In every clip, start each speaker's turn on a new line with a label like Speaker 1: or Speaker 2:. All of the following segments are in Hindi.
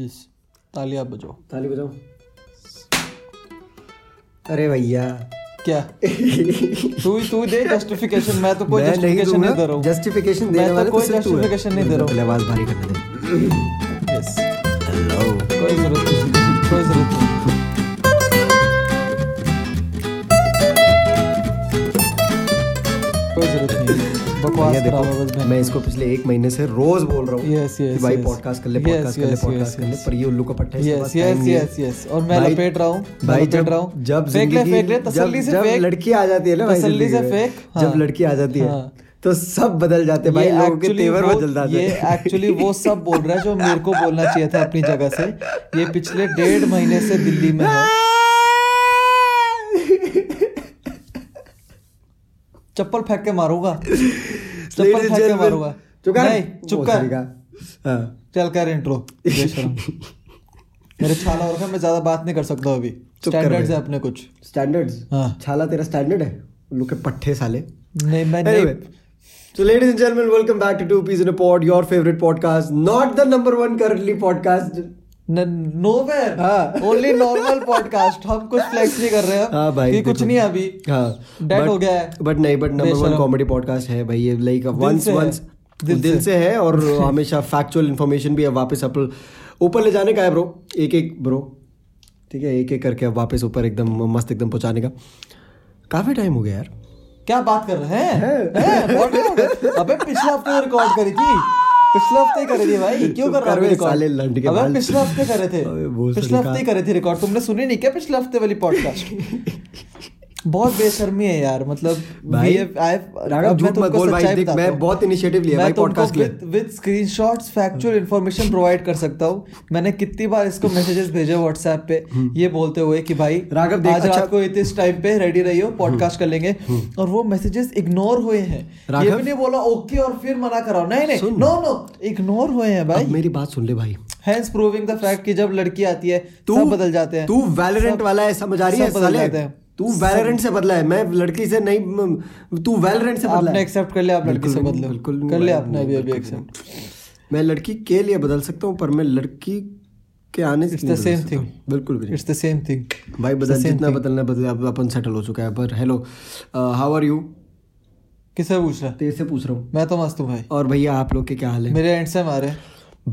Speaker 1: यस तालियां बजाओ
Speaker 2: ताली बजाओ अरे भैया
Speaker 1: क्या तू तू दे जस्टिफिकेशन मैं तो कोई
Speaker 2: मैं नहीं
Speaker 1: जस्टिफिकेशन नहीं दे रहा हूँ
Speaker 2: जस्टिफिकेशन
Speaker 1: मैं
Speaker 2: देने
Speaker 1: तो
Speaker 2: वाला
Speaker 1: कोई
Speaker 2: सिर्फ तू है।
Speaker 1: justification नहीं दे रहा हूँ।
Speaker 2: पहले आवाज भारी करने दे
Speaker 1: Yes,
Speaker 2: हेलो
Speaker 1: कोई जरूरत नहीं कोई जरूरत नहीं कोई जरूरत नहीं बकवास
Speaker 2: भैया
Speaker 1: करा हुआ बस
Speaker 2: देखो मैं इसको पिछले एक महीने से रोज बोल रहा हूँ
Speaker 1: Yes, yes,
Speaker 2: कि भाई
Speaker 1: yes.
Speaker 2: पॉडकास्ट कर ले
Speaker 1: Yes,
Speaker 2: पॉडकास्ट कर ले
Speaker 1: yes,
Speaker 2: पॉडकास्ट
Speaker 1: yes,
Speaker 2: कर ले
Speaker 1: yes.
Speaker 2: पर ये उल्लू का पट्टा है, इसके
Speaker 1: यस यस
Speaker 2: पास time नहीं है।
Speaker 1: यस यस और मैं
Speaker 2: भाई-
Speaker 1: लपेट रहा हूँ मैं
Speaker 2: भाई
Speaker 1: लपेट
Speaker 2: जब
Speaker 1: रहा हूँ
Speaker 2: जब
Speaker 1: फेंक ले
Speaker 2: जिंदगी-
Speaker 1: फेंक ले तसल्ली
Speaker 2: जब-
Speaker 1: से
Speaker 2: जब
Speaker 1: फेंक
Speaker 2: लड़की आ जाती है ना भाई
Speaker 1: तसल्ली से
Speaker 2: जिंदगी में,
Speaker 1: फेंक हाँ।
Speaker 2: जब लड़की आ जाती है
Speaker 1: हाँ।
Speaker 2: तो सब बदल जाते हैं भाई
Speaker 1: ये
Speaker 2: लोगों के
Speaker 1: actually
Speaker 2: तेवर
Speaker 1: वो-
Speaker 2: बदल जाते
Speaker 1: ये
Speaker 2: हैं
Speaker 1: एक्चुअली वो सब बोल रहा है जो मेरे को बोलना चाहिए था अपनी जगह से ये पिछले डेढ़ महीने से दिल्ली में है चप्पल फेंक के मारूंगा
Speaker 2: Ladies
Speaker 1: चप्पल
Speaker 2: and
Speaker 1: फेंक के
Speaker 2: gentlemen,
Speaker 1: मारूंगा
Speaker 2: चुप कर
Speaker 1: नहीं चुप
Speaker 2: वो
Speaker 1: कर
Speaker 2: सॉरी का। हाँ।
Speaker 1: चल कर इंट्रो मेरे छाला और का मैं ज्यादा बात नहीं कर सकता अभी
Speaker 2: चुप कर
Speaker 1: स्टैंडर्ड्स है
Speaker 2: भाई।
Speaker 1: अपने कुछ
Speaker 2: स्टैंडर्ड्स
Speaker 1: हाँ।
Speaker 2: छाला तेरा स्टैंडर्ड है उल्लू के पट्टे साले
Speaker 1: नहीं मैं
Speaker 2: Anyway,
Speaker 1: नहीं
Speaker 2: so ladies and gentlemen, welcome back to Two Peas in a Pod, your favorite podcast, not the number one currently podcast.
Speaker 1: Nowhere
Speaker 2: हाँ।
Speaker 1: ओनली नॉर्मल पॉडकास्ट हम कुछ फ्लेक्स नहीं कर रहे हैं
Speaker 2: हाँ भाई
Speaker 1: कि कुछ
Speaker 2: देखो।
Speaker 1: नहीं है अभी
Speaker 2: हाँ
Speaker 1: Dead हो गया है।
Speaker 2: बट नहीं बट नंबर वन
Speaker 1: बेशरम।
Speaker 2: कॉमेडी पॉडकास्ट है भाई ये लाइक वंस
Speaker 1: से है।
Speaker 2: वंस
Speaker 1: दिल
Speaker 2: दिल से है और हमेशा फैक्चुअल इन्फॉर्मेशन भी अब वापस अपन ऊपर ले जाने का है ब्रो एक एक ब्रो ठीक है एक एक करके अब वापस ऊपर एकदम मस्त एकदम पहुंचाने का काफी टाइम हो गया यार
Speaker 1: क्या बात कर रहे हैं हैं? बहुत टाइम हो गया। अबे पिछले हफ्ते रिकॉर्ड करी थी पिछले हफ्ते ही करी थी भाई क्यों
Speaker 2: चुप
Speaker 1: कर रहा
Speaker 2: कर
Speaker 1: है
Speaker 2: बे, साले लंड
Speaker 1: रिकॉर्ड
Speaker 2: के
Speaker 1: अबे
Speaker 2: बाल।
Speaker 1: पिछले हफ्ते करे थे
Speaker 2: अबे बोल
Speaker 1: पिछले
Speaker 2: सलीका।
Speaker 1: हफ्ते ही करे थी रिकॉर्ड तुमने सुनी नहीं क्या पिछले हफ्ते वाली पॉडकास्ट बहुत बेशर्मी है यार मतलब
Speaker 2: भाई,
Speaker 1: we have- I have-
Speaker 2: Raghav,
Speaker 1: अब मैं
Speaker 2: झूठ मत
Speaker 1: तुमको
Speaker 2: बोल भाई,
Speaker 1: सच्चाई
Speaker 2: देख,
Speaker 1: बताता
Speaker 2: मैं
Speaker 1: हूँ।
Speaker 2: बहुत initiative लिया है
Speaker 1: मैं
Speaker 2: भाई
Speaker 1: तुमको
Speaker 2: podcast के लिए।
Speaker 1: with- with screenshots, factual information provide कर सकता हूँ मैंने कितनी बार इसको मैसेजेस भेजे व्हाट्सएप पे ये बोलते हुए कि भाई
Speaker 2: हम्म। राघव, देख,
Speaker 1: आज
Speaker 2: अच्छा-
Speaker 1: रात को इत- इस टाइम पे रेडी रहियो
Speaker 2: हम्म।
Speaker 1: पॉडकास्ट कर लेंगे और वो मैसेजेस इग्नोर हुए हैं ये
Speaker 2: राघव?
Speaker 1: भी नहीं बोला ओके और फिर मना कराओ नहीं नहीं
Speaker 2: सुन।
Speaker 1: नो नो इग्नोर हुए हैं
Speaker 2: अब
Speaker 1: भाई
Speaker 2: मेरी बात सुन ले भाई
Speaker 1: हैंस प्रूविंग द फैक्ट कि जब लड़की आती है सब बदल जाते हैं
Speaker 2: तू वैलोरेंट वाला है समझ आ रही
Speaker 1: सब
Speaker 2: है
Speaker 1: बदल
Speaker 2: साले
Speaker 1: जाते हैं।
Speaker 2: तू वैलोरेंट से बदला है मैं लड़की से नहीं म- तू वैलोरेंट से बदला
Speaker 1: आपने
Speaker 2: है।
Speaker 1: एक्सेप्ट कर लिया आप लड़की
Speaker 2: बिल्कुल
Speaker 1: से
Speaker 2: भी नहीं,
Speaker 1: बदलो
Speaker 2: बिल्कुल नहीं
Speaker 1: कर लिया
Speaker 2: भाई,
Speaker 1: आपने
Speaker 2: नहीं,
Speaker 1: अभी अभी
Speaker 2: बिल्कुल
Speaker 1: एक्सेप्ट
Speaker 2: नहीं। मैं लड़की के लिए बदल सकता हूँ पर मैं लड़की के आने से
Speaker 1: It's
Speaker 2: नहीं
Speaker 1: the
Speaker 2: बदल
Speaker 1: same
Speaker 2: सकता हूँ।
Speaker 1: thing.
Speaker 2: बिल्कुल भी नहीं।
Speaker 1: इट्स द सेम थिंग
Speaker 2: भाई बदल जितना बदलना है, बदल अब अपन सेटल हो चुका है पर uh, hello how are you
Speaker 1: किसे पूछ रहा
Speaker 2: तेरे से पूछ रहा हूँ
Speaker 1: मैं तो मस्त हूँ भाई
Speaker 2: और भैया आप लोग के क्या हाल है
Speaker 1: मेरे एंड से मारे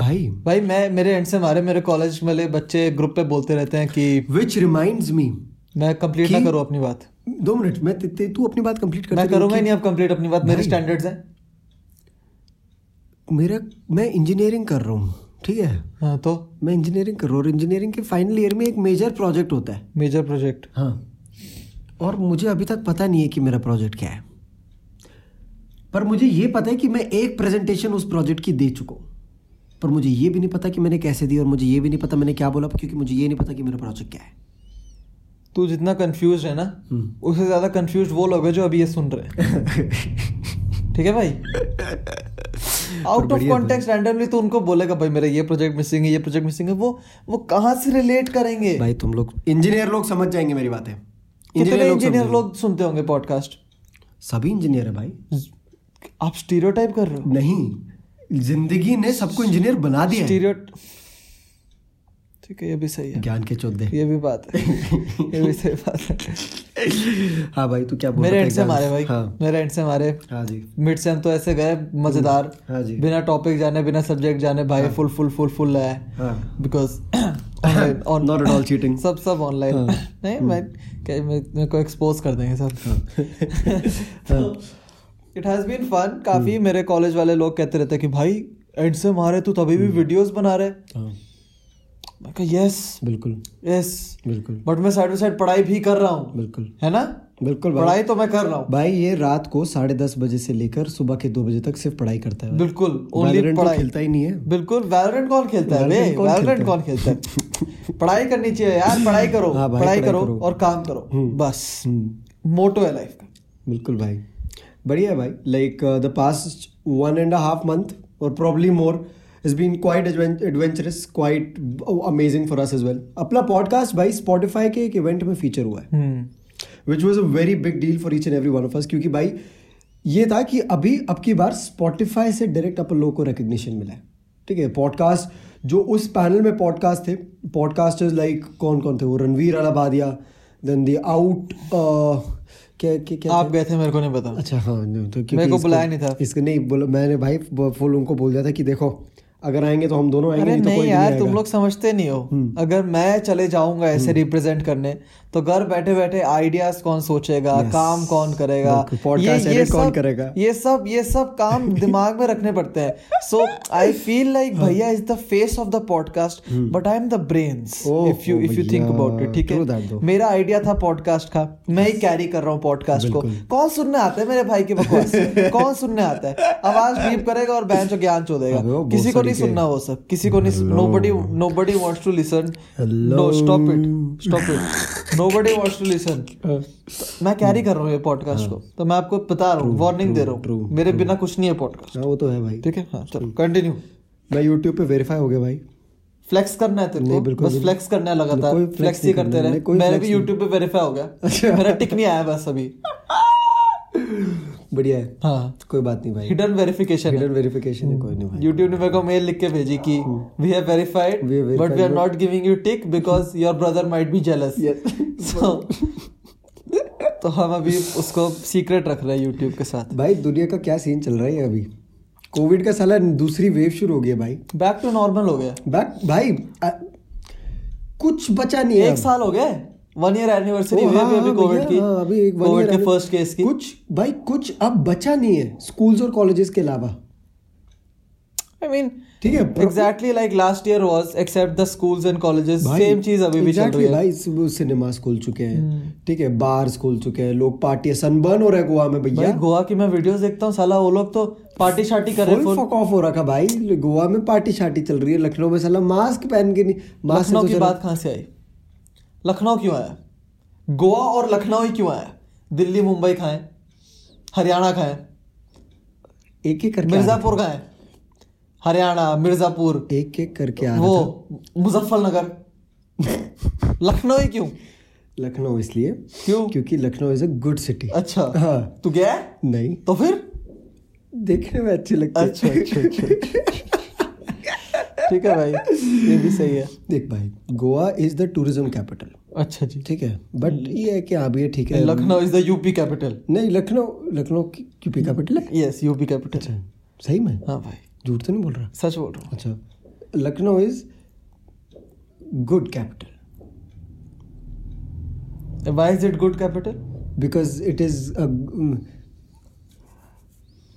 Speaker 2: भाई
Speaker 1: भाई मैं मेरे एंड से मारे मेरे कॉलेज वाले बच्चे ग्रुप पे बोलते रहते हैं कि
Speaker 2: विच रिमाइंड्स मी
Speaker 1: मैं कंप्लीट ना
Speaker 2: कि-
Speaker 1: करूँ अपनी बात
Speaker 2: दो मिनट मैं ते- ते- तू अपनी बात कंप्लीट कर
Speaker 1: मैं करूंगा ही नहीं अब कंप्लीट अपनी बात मेरे स्टैंडर्ड्स हैं
Speaker 2: मेरा मैं इंजीनियरिंग कर रहा हूँ ठीक है
Speaker 1: हाँ तो
Speaker 2: मैं इंजीनियरिंग कर रहा हूँ और इंजीनियरिंग के फाइनल ईयर में एक मेजर प्रोजेक्ट होता है
Speaker 1: मेजर प्रोजेक्ट
Speaker 2: हाँ और मुझे अभी तक पता नहीं है कि मेरा प्रोजेक्ट क्या है पर मुझे ये पता है कि मैं एक प्रेजेंटेशन उस प्रोजेक्ट की दे चुका हूँ पर मुझे ये भी नहीं पता कि मैंने कैसे दी और मुझे ये भी नहीं पता मैंने क्या बोला क्योंकि मुझे ये नहीं पता कि मेरा प्रोजेक्ट क्या है
Speaker 1: तू जितना कंफ्यूज है ना
Speaker 2: हम्म।
Speaker 1: उससे ज्यादा कंफ्यूज वो लोग हैं जो अभी ये सुन रहे हैं ठीक है भाई आउट ऑफ कॉन्टेक्स्ट रैंडमली तो उनको बोलेगा भाई मेरा ये प्रोजेक्ट मिसिंग है ये प्रोजेक्ट मिसिंग है वो वो कहाँ से रिलेट करेंगे
Speaker 2: भाई तुम लोग इंजीनियर लोग समझ जाएंगे मेरी बातें
Speaker 1: कितने
Speaker 2: इंजीनियर लोग
Speaker 1: इंजीनियर
Speaker 2: समझ-
Speaker 1: लोग सुनते होंगे पॉडकास्ट
Speaker 2: सभी इंजीनियर है भाई
Speaker 1: आप स्टीरियोटाइप कर रहे हो
Speaker 2: नहीं जिंदगी ने सबको इंजीनियर बना दिया है
Speaker 1: स्टीरियो ठीक है ये भी सही है
Speaker 2: ज्ञान के चौधे
Speaker 1: ये भी बात है ये भी सही बात है
Speaker 2: हाँ भाई तू क्या बोल
Speaker 1: मेरे
Speaker 2: रहा था
Speaker 1: एंड से
Speaker 2: exam?
Speaker 1: मारे भाई
Speaker 2: हाँ
Speaker 1: मेरे एंड से मारे
Speaker 2: हाँ जी
Speaker 1: मिड सेम तो ऐसे गए मजेदार
Speaker 2: हाँ जी।
Speaker 1: बिना टॉपिक जाने बिना सब्जेक्ट जाने भाई फुल फुल फुल फुल लाया
Speaker 2: हाँ।
Speaker 1: बिकॉज ऑनलाइन ऑन
Speaker 2: Not हाँ। at all cheating.
Speaker 1: सब सब ऑनलाइन नहीं मैं क्या मैं- मेरे को एक्सपोज कर देंगे
Speaker 2: हाँ।
Speaker 1: तो, सब इट हैज बीन फन काफी
Speaker 2: हम्म।
Speaker 1: मेरे कॉलेज वाले लोग कहते रहते कि भाई एंड से मारे तू तभी
Speaker 2: हम्म।
Speaker 1: भी वीडियोस बना रहे
Speaker 2: हाँ
Speaker 1: मैं कहा यस
Speaker 2: बिल्कुल
Speaker 1: यस
Speaker 2: बिल्कुल
Speaker 1: बट मैं साइड बाई साइड पढ़ाई भी कर रहा हूँ
Speaker 2: बिल्कुल
Speaker 1: है ना
Speaker 2: बिल्कुल भाई
Speaker 1: पढ़ाई तो मैं कर रहा हूँ
Speaker 2: भाई ये रात को साढ़े दस बजे से लेकर सुबह के दो बजे तक सिर्फ पढ़ाई करता है
Speaker 1: बिल्कुल ओनली
Speaker 2: Valorant तो
Speaker 1: पढ़ाई
Speaker 2: खेलता ही नहीं है
Speaker 1: बिल्कुल वैलोरेंट कौन खेलता है बे
Speaker 2: Valorant कौन
Speaker 1: वैलोरेंट
Speaker 2: खेलता
Speaker 1: कौन खेलता है पढ़ाई करनी चाहिए यार पढ़ाई करो
Speaker 2: हाँ भाई,
Speaker 1: पढ़ाई
Speaker 2: पढ़ाई
Speaker 1: करो
Speaker 2: करो। हम्म।
Speaker 1: और काम करो बस मोटो है लाइफ का
Speaker 2: बिल्कुल भाई बढ़िया है भाई uh, like the past one and half month और probably more is been quite adventurous quite amazing for us as well अपना पॉडकास्ट भाई स्पॉटिफाई के एक इवेंट में फीचर हुआ है which was a very big deal for each and every one of us क्योंकि भाई ये था कि अभी अब की बार स्पॉटिफाई से डायरेक्ट अपन लोगों को रिकग्निशन मिला है ठीक है पॉडकास्ट जो उस पैनल में पॉडकास्ट थे पॉडकास्टर्स लाइक कौन कौन थे वो Ranveer Allahbadia then the out क्या क्या क्या
Speaker 1: आप गए थे मेरे को नहीं पता
Speaker 2: अच्छा हाँ नहीं, तो क्योंकि
Speaker 1: मेरे को
Speaker 2: इसको-
Speaker 1: बुलाया नहीं था।
Speaker 2: इसको नहीं बोला मैंने भाई फुल उनको बोल दिया था कि देखो अगर आएंगे तो हम दोनों आएंगे
Speaker 1: अरे
Speaker 2: नहीं तो कोई
Speaker 1: नहीं
Speaker 2: भी
Speaker 1: यार तुम
Speaker 2: नहीं आएगा। हम्म।
Speaker 1: लोग समझते नहीं हो अगर मैं चले जाऊंगा ऐसे रिप्रेजेंट करने तो घर बैठे बैठे आइडियाज कौन सोचेगा काम कौन करेगा
Speaker 2: बिल्कुल, podcast edit कौन करेगा?
Speaker 1: ये सब ये सब काम दिमाग में रखने पड़ते हैं सो आई फील लाइक
Speaker 2: हाँ।
Speaker 1: भैया is the face of the podcast but I am the brains
Speaker 2: oh,
Speaker 1: if you if you think
Speaker 2: hmm. Oh, भैया,
Speaker 1: अबाउट इट ठीक
Speaker 2: true that
Speaker 1: है
Speaker 2: though.
Speaker 1: मेरा आइडिया था पॉडकास्ट का मैं ही कैरी कर रहा हूँ पॉडकास्ट को कौन सुनने आता है मेरे भाई की बकवास कौन सुनने आता है आवाज बीप करेगा और बैंचो ज्ञान चो देगा
Speaker 2: अबे वो बहुत
Speaker 1: किसी को
Speaker 2: सारी
Speaker 1: नहीं
Speaker 2: के-
Speaker 1: सुनना वो सब किसी को नहीं nobody nobody wants to listen
Speaker 2: Hello.
Speaker 1: no stop it stop it nobody wants to listen
Speaker 2: Uh,
Speaker 1: तो मैं कैरी कर रहा हूँ ये
Speaker 2: हाँ।
Speaker 1: पॉडकास्ट को तो मैं आपको बता रहा हूँ वार्निंग दे रहा हूँ मेरे बिना कुछ नहीं है पॉडकास्ट
Speaker 2: हाँ वो तो है भाई
Speaker 1: ठीक है हाँ चलो कंटिन्यू
Speaker 2: मैं यूट्यूब पे वेरीफाई हो गया भाई
Speaker 1: फ्लेक्स करना है तेरे
Speaker 2: नहीं,
Speaker 1: को
Speaker 2: बिल्कुल
Speaker 1: बस
Speaker 2: भी।
Speaker 1: फ्लेक्स करना है लगातार
Speaker 2: कोई
Speaker 1: फ्लेक्स
Speaker 2: flex
Speaker 1: ही
Speaker 2: नहीं
Speaker 1: करते
Speaker 2: करना, नहीं, अच्छा।
Speaker 1: रहे
Speaker 2: कोई
Speaker 1: मेरे
Speaker 2: flex
Speaker 1: भी यूट्यूब पे वेरीफाई हो गया मेरा टिक नहीं आया बस अभी
Speaker 2: बढ़िया है
Speaker 1: हाँ
Speaker 2: कोई बात नहीं भाई
Speaker 1: हिडन वेरिफिकेशन
Speaker 2: हिडन वेरिफिकेशन है कोई नहीं भाई
Speaker 1: यूट्यूब ने मेरे को मेल लिख के भेजी कि we have verified
Speaker 2: We have
Speaker 1: but we are
Speaker 2: verified,
Speaker 1: not giving you tick because your brother might be jealous so तो हम अभी उसको सीक्रेट रख रहे हैं यूट्यूब के साथ
Speaker 2: भाई दुनिया का क्या सीन चल रहा है अभी कोविड का साला दूसरी वेव शुरू हो गई है भाई
Speaker 1: बैक टू नॉर्मल हो गया
Speaker 2: बैक भाई आ, कुछ बचा नहीं है
Speaker 1: एक
Speaker 2: अब।
Speaker 1: साल हो गया वन ईयर एनिवर्सरी
Speaker 2: ओ,
Speaker 1: हुई
Speaker 2: हाँ,
Speaker 1: अभी
Speaker 2: हाँ,
Speaker 1: अभी कोविड
Speaker 2: भैया,
Speaker 1: की
Speaker 2: हाँ, अभी एक one
Speaker 1: कोविड
Speaker 2: year
Speaker 1: के
Speaker 2: अभी-
Speaker 1: फर्स्ट केस की
Speaker 2: कुछ भाई कुछ अब बचा नहीं है स्कूल्स और कॉलेजेस के अलावा
Speaker 1: आई मीन
Speaker 2: ठीक है प्र-
Speaker 1: exactly like last year was except the schools and colleges
Speaker 2: भाई,
Speaker 1: सेम चीज अभी भी चल
Speaker 2: exactly
Speaker 1: रही है हम्म।
Speaker 2: भाई सि- सिनेमास खोल चुके हैं ठीक है बार्स खोल चुके हैं लोग पार्टी सनबर्न हो रहा है गोवा में
Speaker 1: भाई
Speaker 2: भैया
Speaker 1: गोवा की मैं वीडियोस देखता हूँ साला वो लोग तो पार्टी शार्टी कर रहे हैं
Speaker 2: फुल फक ऑफ हो रखा भाई गोवा में पार्टी शार्टी चल रही है लखनऊ में साला मास्क पहन के नहीं मास्क से
Speaker 1: लखनऊ
Speaker 2: तो
Speaker 1: की
Speaker 2: चलो-
Speaker 1: बात कहाँ से आई लखनऊ क्यों आया गोवा और लखनऊ ही क्यों आया दिल्ली मुंबई खाएं हरियाणा खाएं
Speaker 2: एक एक करके आ रहा
Speaker 1: मिर्जापुर खाएं हरियाणा मिर्जापुर
Speaker 2: था। एक एक करके आ रहा
Speaker 1: वो
Speaker 2: था
Speaker 1: मुजफ्फरनगर लखनऊ ही क्यों
Speaker 2: लखनऊ इसलिए
Speaker 1: क्यों
Speaker 2: क्योंकि Lucknow is a good city
Speaker 1: अच्छा
Speaker 2: हाँ
Speaker 1: तू गया है?
Speaker 2: नहीं
Speaker 1: तो फिर
Speaker 2: देखने में अच्छी लगती
Speaker 1: अच्छा
Speaker 2: है
Speaker 1: अच्छा अच्छा ठीक है भाई ये भी सही है
Speaker 2: देख भाई Goa is the tourism capital
Speaker 1: अच्छा जी
Speaker 2: ठीक है बट
Speaker 1: हम्म।
Speaker 2: ये है कि हाँ भी ये ठीक है
Speaker 1: Lucknow is the UP capital
Speaker 2: नहीं लखनऊ लखनऊ की यूपी
Speaker 1: हम्म।
Speaker 2: कैपिटल है
Speaker 1: यस यूपी कैपिटल
Speaker 2: सही में
Speaker 1: हाँ भाई
Speaker 2: झूठ तो नहीं बोल रहा
Speaker 1: सच बोल रहा
Speaker 2: अच्छा लखनऊ इज गुड कैपिटल
Speaker 1: हूँ why is it good capital
Speaker 2: because it is mm,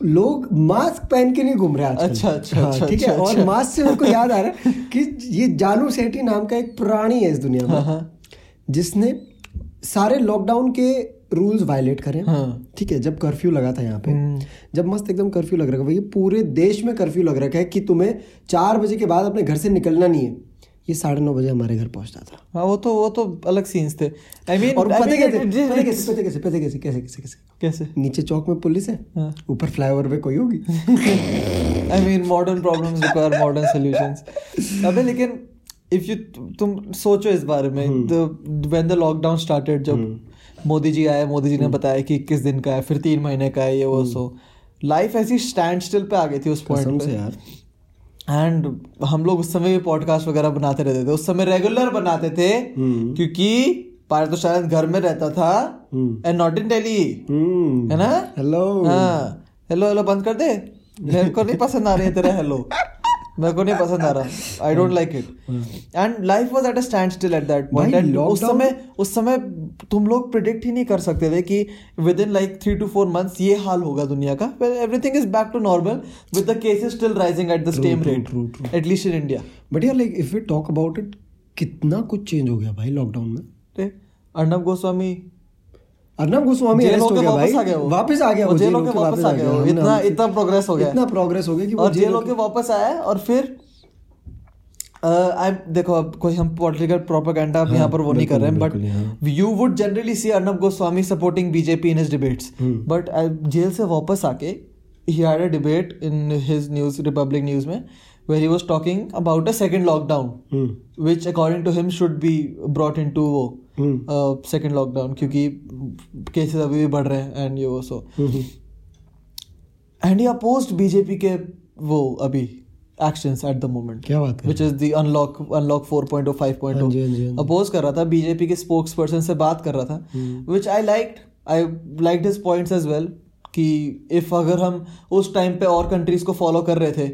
Speaker 2: लोग मास्क पहन के नहीं घूम रहे आजकल हाँ,
Speaker 1: अच्छा, अच्छा, अच्छा,
Speaker 2: ठीक है
Speaker 1: अच्छा,
Speaker 2: और
Speaker 1: अच्छा।
Speaker 2: मास्क से मेरे को याद आ रहा है कि ये जानू सेठी नाम का एक प्राणी है इस दुनिया में
Speaker 1: हाँ, हाँ।
Speaker 2: जिसने सारे लॉकडाउन के रूल्स वायलेट करे हैं।
Speaker 1: हाँ। हम्म।
Speaker 2: ठीक है जब कर्फ्यू लगा था यहाँ पे जब मस्त एकदम कर्फ्यू लग रखा है ये पूरे देश में कर्फ्यू लग रखा है कि तुम्हें चार बजे के बाद अपने घर से निकलना नहीं है ये साढ़े नौ बजे हमारे घर पहुंचता था
Speaker 1: हाँ वो तो वो तो अलग सीन्स थे आई मीन
Speaker 2: और पता कैसे पता कैसे पता कैसे पता कैसे कैसे कैसे कैसे
Speaker 1: कैसे
Speaker 2: नीचे चौक में पुलिस है
Speaker 1: हाँ।
Speaker 2: ऊपर फ्लाईओवर पे कोई होगी
Speaker 1: I mean modern problems require modern solutions अबे लेकिन इफ यू तुम सोचो इस बारे में
Speaker 2: hmm.
Speaker 1: When the lockdown started जब मोदी जी आए मोदी जी ने
Speaker 2: हम्म।
Speaker 1: बताया कि 21 दिन का है फिर तीन महीने का है ये वो सो लाइफ ऐसी स्टैंड स्टिल पे आ गई थी उस
Speaker 2: कसम
Speaker 1: पॉइंट
Speaker 2: से
Speaker 1: पे
Speaker 2: यार
Speaker 1: एंड हम लोग उस समय भी पॉडकास्ट वगैरह बनाते रहते थे उस समय रेगुलर बनाते थे
Speaker 2: हम्म,
Speaker 1: क्योंकि पारे तो शायद घर में रहता था and not in Delhi
Speaker 2: hmm
Speaker 1: है ना
Speaker 2: हेलो
Speaker 1: हाँ हेलो हेलो बंद कर दे मेरे को नहीं पसंद आ रही है तेरा हेलो मेरे को नहीं पसंद आ रहा I don't like it and life was at a standstill at that point
Speaker 2: भाई,
Speaker 1: एंड उस
Speaker 2: lockdown-
Speaker 1: समय उस समय तुम लोग प्रिडिक्ट ही नहीं कर सकते थे कि within like three to four months ये हाल होगा दुनिया का everything is back to normal with the cases still rising at the same
Speaker 2: true,
Speaker 1: rate
Speaker 2: true,
Speaker 1: at least in India
Speaker 2: but यार like if we talk about it कितना कुछ चेंज हो गया भाई लॉकडाउन में
Speaker 1: अर्णब गोस्वामी
Speaker 2: अर्नब गोस्वामी
Speaker 1: जेल
Speaker 2: arrest
Speaker 1: होके
Speaker 2: हो गया
Speaker 1: वापस
Speaker 2: भाई
Speaker 1: आ गया वो।
Speaker 2: वापस आ गया
Speaker 1: वो
Speaker 2: वो
Speaker 1: जेल
Speaker 2: जेल
Speaker 1: होके
Speaker 2: होके
Speaker 1: वापस आ गया वो।
Speaker 2: हमने-
Speaker 1: इतना-
Speaker 2: हमसे-
Speaker 1: इतना progress हो गया।
Speaker 2: इतना प्रोग्रेस हो गया कि वो
Speaker 1: और जेल
Speaker 2: होके-
Speaker 1: होके वापस आया और फिर आई देखो अब कोई हम पॉलिटिकल प्रोपेगेंडा अब यहाँ पर वो नहीं कर रहे हैं
Speaker 2: हाँ, बिल्कुल, हाँ।
Speaker 1: But you would generally see Arnab Goswami supporting BJP in his debates
Speaker 2: Hmm.
Speaker 1: But uh, jail से वापस आके ही had a debate in his news Republic news में where he was talking about a second lockdown
Speaker 2: hmm,
Speaker 1: which according to him should be brought into
Speaker 2: hmm,
Speaker 1: वो सेकेंड लॉकडाउन uh, क्योंकि केसेस अभी भी बढ़ रहे हैं एंड ये वो so
Speaker 2: hmm,
Speaker 1: and he opposed BJP के वो अभी एक्शंस एट द मोमेंट
Speaker 2: क्या बात है
Speaker 1: which is the unlock unlock 4.0
Speaker 2: हाँ जी, हाँ जी, हाँ
Speaker 1: 5.0
Speaker 2: जी।
Speaker 1: Oppose oh. कर रहा था बीजेपी के स्पोक्स पर्सन से बात कर रहा था
Speaker 2: hmm.
Speaker 1: Which I liked I like his points as well कि इफ अगर हम उस टाइम पे और कंट्रीज को फॉलो कर रहे थे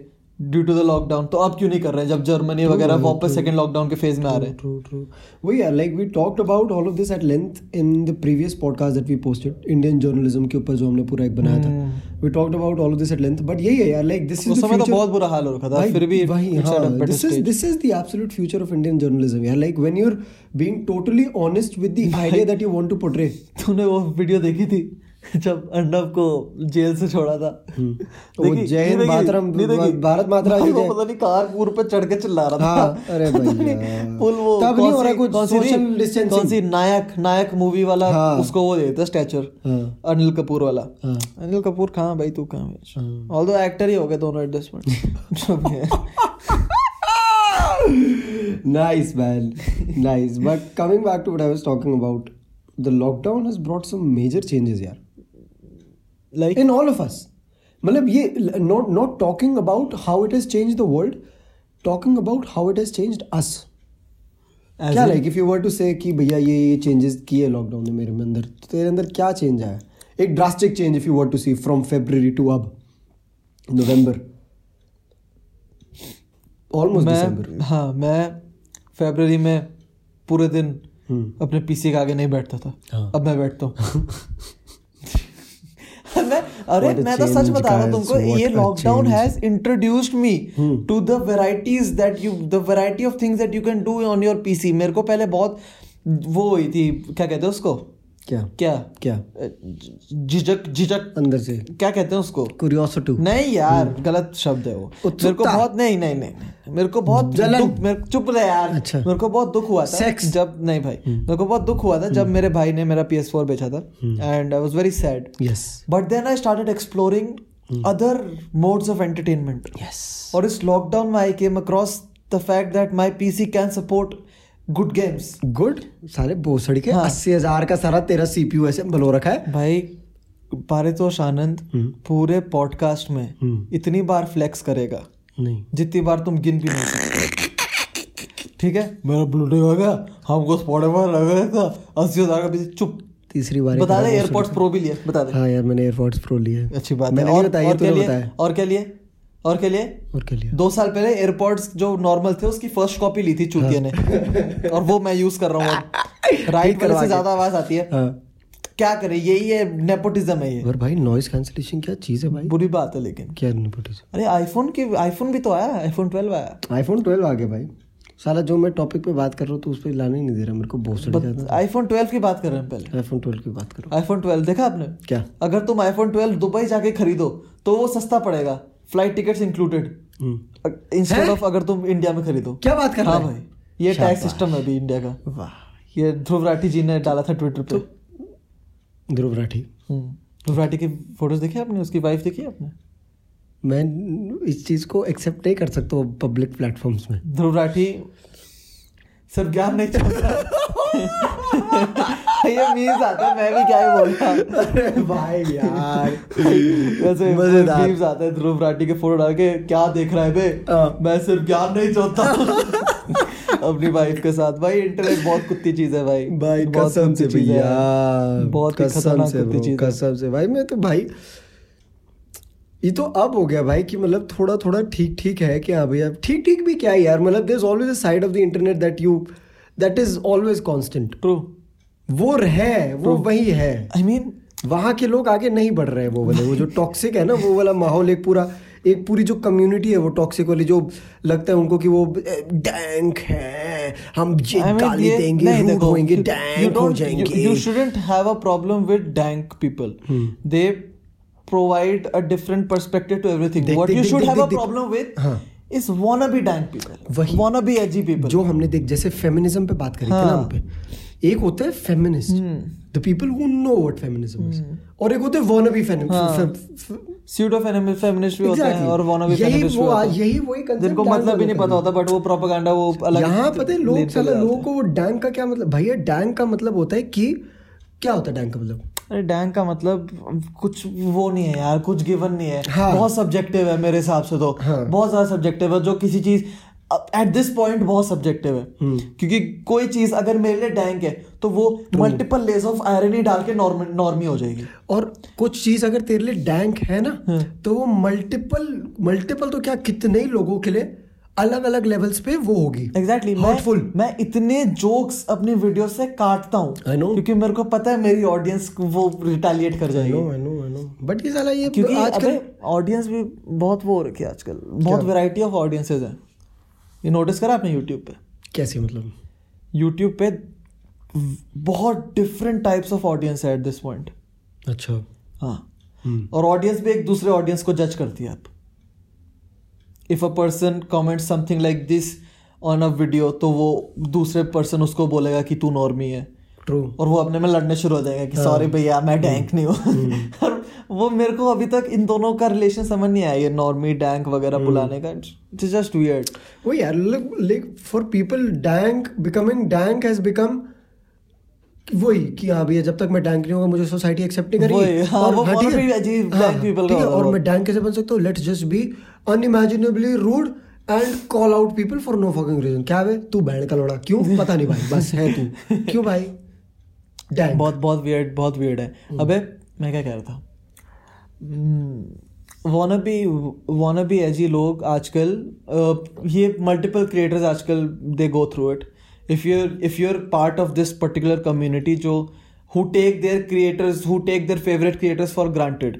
Speaker 1: ड्यू टू द लॉकडाउन तो अब क्यों नहीं कर रहे हैं जब जर्मनी
Speaker 2: तो
Speaker 1: वगैरह वापस सेकंड लॉकडाउन के फेज में आ रहे हैं
Speaker 2: True, true. Well, yeah, like we talked about all of this at length in the previous podcast that we posted, Indian journalism के ऊपर जो हमने पूरा एक बनाया था. We talked about all of this at length, but यही है यार, like this is
Speaker 1: Hmm. उस
Speaker 2: the
Speaker 1: समय तो
Speaker 2: future.
Speaker 1: बहुत बुरा हाल हो रखा था
Speaker 2: भाई-
Speaker 1: फिर भी
Speaker 2: वही
Speaker 1: it's at a
Speaker 2: हाँ
Speaker 1: better
Speaker 2: this is
Speaker 1: stage.
Speaker 2: this is the absolute future of Indian journalism यार like when you're being totally honest with the idea that you want to portray
Speaker 1: तूने वो वीडियो देखी थी जब अर्णव को जेल से छोड़ा था
Speaker 2: हम्म। वो
Speaker 1: देखी?
Speaker 2: जय हिंद
Speaker 1: नहीं देखी?
Speaker 2: मातरम,
Speaker 1: नहीं देखी?
Speaker 2: भारत मातरम
Speaker 1: भाई
Speaker 2: की
Speaker 1: वो
Speaker 2: जय।
Speaker 1: पता नहीं कारपुर पे चढ़ के चिल्ला रहा था
Speaker 2: हाँ, अरे
Speaker 1: पता
Speaker 2: भैया।
Speaker 1: नहीं, full वो
Speaker 2: तब नहीं
Speaker 1: कौन
Speaker 2: हो रहा
Speaker 1: सी-
Speaker 2: कुछ
Speaker 1: कौन सी नहीं-
Speaker 2: social distancing।
Speaker 1: कौन सी नायक नायक मूवी वाला
Speaker 2: हाँ।
Speaker 1: उसको वो देता स्टैचर
Speaker 2: हाँ
Speaker 1: अनिल कपूर वाला
Speaker 2: हाँ
Speaker 1: अनिल कपूर कहाँ भाई तू कहाँ
Speaker 2: हाँ।
Speaker 1: ऑल्दो एक्टर ही हो गए दोनों at this point
Speaker 2: nice man nice but coming back to what i was talking about the lockdown has brought some major changes yeah
Speaker 1: like
Speaker 2: in all of us मतलब ये not not talking about how it has changed the world talking about how it has changed us क्या like if you were to say कि भैया ये ये changes किए lockdown ने मेरे में अंदर तो तेरे अंदर क्या change आया एक drastic change if you were to see from February to अब November almost December
Speaker 1: मैं हाँ मैं फरवरी में पूरे दिन अपने पीसी के आगे नहीं बैठता था
Speaker 2: हम्म। हाँ।
Speaker 1: अब मैं बैठता हूँ मैं अरे
Speaker 2: What a
Speaker 1: मैं तो सच
Speaker 2: change,
Speaker 1: बता रहा हूँ
Speaker 2: guys.
Speaker 1: तुमको
Speaker 2: What
Speaker 1: ये
Speaker 2: a
Speaker 1: lockdown
Speaker 2: change. Hmm.
Speaker 1: Has introduced me to the varieties that you the variety of things that you can do on your PC मेरे को पहले बहुत वो हुई थी क्या कहते हैं उसको
Speaker 2: क्या
Speaker 1: क्या
Speaker 2: क्या
Speaker 1: अ, झि- झिझक झिझक
Speaker 2: अंदर से
Speaker 1: क्या कहते हैं उसको
Speaker 2: क्यूरियोसिटी
Speaker 1: नहीं यार गलत शब्द है वो
Speaker 2: हम्म। उत्सुकता।
Speaker 1: मेरे को बहुत नहीं नहीं नहीं नहीं। मेरे को बहुत
Speaker 2: जलन।
Speaker 1: दुख मेरे चुप रहे यार
Speaker 2: अच्छा।
Speaker 1: मेरे को बहुत दुख हुआ था
Speaker 2: Sex। हम्म।
Speaker 1: जब नहीं भाई मेरे को बहुत दुख हुआ था जब मेरे भाई ने मेरा PS4 बेचा था
Speaker 2: hmm.
Speaker 1: And I was very sad
Speaker 2: yes
Speaker 1: but then I started
Speaker 2: hmm.
Speaker 1: Exploring other modes of entertainment
Speaker 2: yes
Speaker 1: और इस लॉकडाउन में I came across the fact that my PC can support good games
Speaker 2: good सारे भोसड़ी के अस्सी हजार का सारा तेरा सीपीयू ऐसे बलो रखा है
Speaker 1: भाई पारितोष आनंद पूरे पॉडकास्ट में
Speaker 2: हम्म।
Speaker 1: इतनी बार फ्लेक्स करेगा
Speaker 2: नहीं
Speaker 1: जितनी बार तुम गिन भी नहीं सकते ठीक है मेरा ब्लूटूथ हो गया हमको स्पॉटिफाई लग रहा था अस्सी हजार का बिल चुप
Speaker 2: तीसरी तो बार
Speaker 1: बता दे एयरपोर्ट्स प्रो भी लिए बता दे
Speaker 2: हाँ यार मैंने एयरपोर्ट्स प्रो लिए हैं।
Speaker 1: अच्छी बात है
Speaker 2: मैंने
Speaker 1: और
Speaker 2: नहीं
Speaker 1: और
Speaker 2: बताया
Speaker 1: क्या लिए
Speaker 2: तूने बताया
Speaker 1: और क्या लिए और क्या लिए
Speaker 2: और क्या लिया
Speaker 1: दो साल पहले एयरपोर्ट्स जो नॉर्मल थे उसकी फर्स्ट कॉपी ली थी चूतिया ने और वो मैं यूज कर रहा हूँ राइट वाले
Speaker 2: हाँ। करवा
Speaker 1: से
Speaker 2: के।
Speaker 1: ज्यादा आवाज आती है
Speaker 2: हाँ
Speaker 1: क्या करें यही है नेपोटिज्म है ये
Speaker 2: और भाई नॉइस कैंसिलेशन क्या चीज़ है भाई
Speaker 1: बुरी बात है लेकिन
Speaker 2: क्या नेपोटिज्म
Speaker 1: अरे आईफोन की आईफोन भी तो आया आईफोन 12 आया
Speaker 2: आईफोन 12 आ गया भाई साला जो मैं टॉपिक पे बात कर रहा हूँ तो उस पर लाने ही नहीं दे रहा मेरे को भोसड़ी का
Speaker 1: आईफोन 12 की बात कर रहे हैं पहले
Speaker 2: आईफोन 12 की बात करो
Speaker 1: आईफोन 12 देखा आपने
Speaker 2: क्या
Speaker 1: अगर तुम आईफोन 12 दुबई जाके खरीदो तो वो सस्ता पड़ेगा flight tickets included
Speaker 2: hmm.
Speaker 1: Instead of अगर तुम इंडिया में खरीदो
Speaker 2: क्या बात कर रहा
Speaker 1: हाँ
Speaker 2: है
Speaker 1: भाई ये टैक्स सिस्टम है अभी इंडिया का
Speaker 2: वाह
Speaker 1: ये ध्रुव राठी जी ने डाला था ट्विटर
Speaker 2: तो-
Speaker 1: पे
Speaker 2: ध्रुव राठी
Speaker 1: हम्म। ध्रुव राठी की फोटोज देखी आपने उसकी वाइफ देखी आपने
Speaker 2: मैं इस चीज़ को एक्सेप्ट नहीं कर सकता पब्लिक प्लेटफॉर्म्स में
Speaker 1: ध्रुव राठी सर ज्ञान नहीं चाहता ये मीम्स आता है, मैं भी क्या ही बोलता
Speaker 2: अरे भाई यार
Speaker 1: वैसे
Speaker 2: मजेदार।
Speaker 1: memes आते हैं ध्रुव राठी के फोटो डाल के क्या देख रहा है बे
Speaker 2: हाँ।
Speaker 1: मैं सिर्फ ज्ञान नहीं चाहता अपनी वाइफ के साथ भाई इंटरनेट बहुत कुत्ती चीज है भाई
Speaker 2: भाई
Speaker 1: बहुत
Speaker 2: कसम से
Speaker 1: कुत्ती चीज़ है
Speaker 2: भैया
Speaker 1: बहुत ही
Speaker 2: कसम
Speaker 1: खतरनाक
Speaker 2: से
Speaker 1: कुत्ती
Speaker 2: bro,
Speaker 1: चीज है
Speaker 2: कसम से भाई मैं तो भाई ये तो अब हो गया भाई कि मतलब थोड़ा थोड़ा ठीक ठीक है कि हाँ भैया ठीक ठीक भी क्या है यार मतलब there is always a side of the internet that you that is always constant
Speaker 1: true
Speaker 2: वो है वो वही है
Speaker 1: आई मीन
Speaker 2: वहाँ के लोग आगे नहीं बढ़ रहे हैं वो वाले वो जो टॉक्सिक है ना वो वाला माहौल एक पूरा एक पूरी जो कम्युनिटी है वो टॉक्सिक वाली जो लगता है उनको कि वो डैंक है हम ये
Speaker 1: आई मीन
Speaker 2: गाली देंगे रूड होएंगे डैंक हो जाएंगे Hmm.
Speaker 1: You shouldn't have a problem with dank people they provide a different perspective to everything
Speaker 2: देख,
Speaker 1: व्हाट
Speaker 2: देख,
Speaker 1: यू
Speaker 2: देख,
Speaker 1: शुड
Speaker 2: देख,
Speaker 1: हैव अ
Speaker 2: देख, देख।
Speaker 1: प्रॉब्लम विद
Speaker 2: हाँ।
Speaker 1: Is wanna be dank people
Speaker 2: वही।
Speaker 1: वांना बी एजी पीपल
Speaker 2: जो हमने देख जैसे फेमिनिज्म पे बात करी थी
Speaker 1: हाँ।
Speaker 2: ना हम पे एक होता है
Speaker 1: hmm.
Speaker 2: Feminist the people who know what feminism is और एक होता है wannabe
Speaker 1: हाँ,
Speaker 2: फेमिनिस्ट
Speaker 1: pseudo feminist भी होते हैं और wannabe
Speaker 2: यही
Speaker 1: feminist भी
Speaker 2: वो
Speaker 1: होते
Speaker 2: आ-
Speaker 1: हैं
Speaker 2: यही वही concept
Speaker 1: जिनको
Speaker 2: डाल
Speaker 1: मतलब भी नहीं
Speaker 2: देते हैं।
Speaker 1: पता होता बट वो प्रोपागेंडा वो अलग
Speaker 2: यहाँ पता है
Speaker 1: लेन
Speaker 2: लोग
Speaker 1: पे
Speaker 2: साला
Speaker 1: ले
Speaker 2: लोगों को वो डैंग का क्या मतलब भैया डैंग का मतलब होता है कि क्या होता है डैंग का मतलब
Speaker 1: जाते अरे डैंग का मतलब कुछ वो नहीं है यार कुछ गिवन नहीं है
Speaker 2: हाँ।
Speaker 1: बहुत सब्जेक्टिव है मेरे हिसाब से तो
Speaker 2: हाँ।
Speaker 1: बहुत ज्यादा सब्जेक्टिव है जो किसी चीज एट दिस पॉइंट बहुत सब्जेक्टिव है
Speaker 2: हम्म।
Speaker 1: क्योंकि कोई चीज अगर मेरे लिए डैंग है तो वो मल्टीपल लेस ऑफ आयरनी डाल के नॉर्म नॉर्मी हो जाएगी
Speaker 2: और कुछ चीज अगर तेरे लिए डैंक है ना
Speaker 1: हाँ।
Speaker 2: तो वो मल्टीपल मल्टीपल तो क्या कितने ही लोगों के लिए अलग अलग लेवल्स पे वो होगी
Speaker 1: एग्जैक्टली
Speaker 2: Hurtful.
Speaker 1: मैं, मैं इतने जोक्स अपनी वीडियो से काटता हूँ
Speaker 2: I know.
Speaker 1: क्योंकि मेरे को पता है मेरी ऑडियंस वो रिटेलिएट कर जाएगी
Speaker 2: बट ये साला ये
Speaker 1: क्योंकि
Speaker 2: आजकल
Speaker 1: अबे ऑडियंस तो भी बहुत वो हो रखी है आजकल बहुत वैरायटी ऑफ ऑडियंसेस हैं ये नोटिस करा आपने यूट्यूब पे
Speaker 2: कैसे मतलब
Speaker 1: यूट्यूब पे बहुत डिफरेंट टाइप्स ऑफ ऑडियंस है एट दिस पॉइंट
Speaker 2: अच्छा
Speaker 1: हाँ
Speaker 2: हम्म।
Speaker 1: और ऑडियंस भी एक दूसरे ऑडियंस को जज करती है आप if a person comment something like this on a video तो वो दूसरे पर्सन उसको बोलेगा कि तू नॉर्मी है
Speaker 2: ट्रू
Speaker 1: और वो अपने में लड़ने शुरू हो जाएगा कि सॉरी भैया मैं डैंक नहीं हूँ और वो मेरे को अभी तक इन दोनों का रिलेशन समझ नहीं आया ये नॉर्मी डैंक वगैरह बुलाने का इट्स जस्ट वियर्ड
Speaker 2: वो यार like for people dank becoming dank has become वही कि हाँ भैया जब तक मैं डैंक नहीं होगा मुझे सोसाइटी एक्सेप्ट नहीं
Speaker 1: वही,
Speaker 2: करेगी
Speaker 1: हाँ, वो
Speaker 2: हाँ, ठीक
Speaker 1: और
Speaker 2: है,
Speaker 1: भी अजीब
Speaker 2: हाँ,
Speaker 1: dank people का
Speaker 2: ठीक है,
Speaker 1: होगा
Speaker 2: और
Speaker 1: वो।
Speaker 2: मैं डैंक कैसे बन सकता हूँ let's just be unimaginably rude and call out people for no fucking reason क्या है तू बैंड का लोड़ा क्यों पता नहीं भाई बस है तू क्यों भाई डैंक
Speaker 1: बहुत बहुत वियर्ड बहुत वियर्ड
Speaker 2: Hmm.
Speaker 1: है अबे मैं क्या कह रहा Hmm, था वाना भी वाना भी एजी लोग आजकल अ, ये मल्टीपल क्रिएटर्स आजकल they go through it if you if you are part of this particular community जो who take their creators who take their favourite creators for granted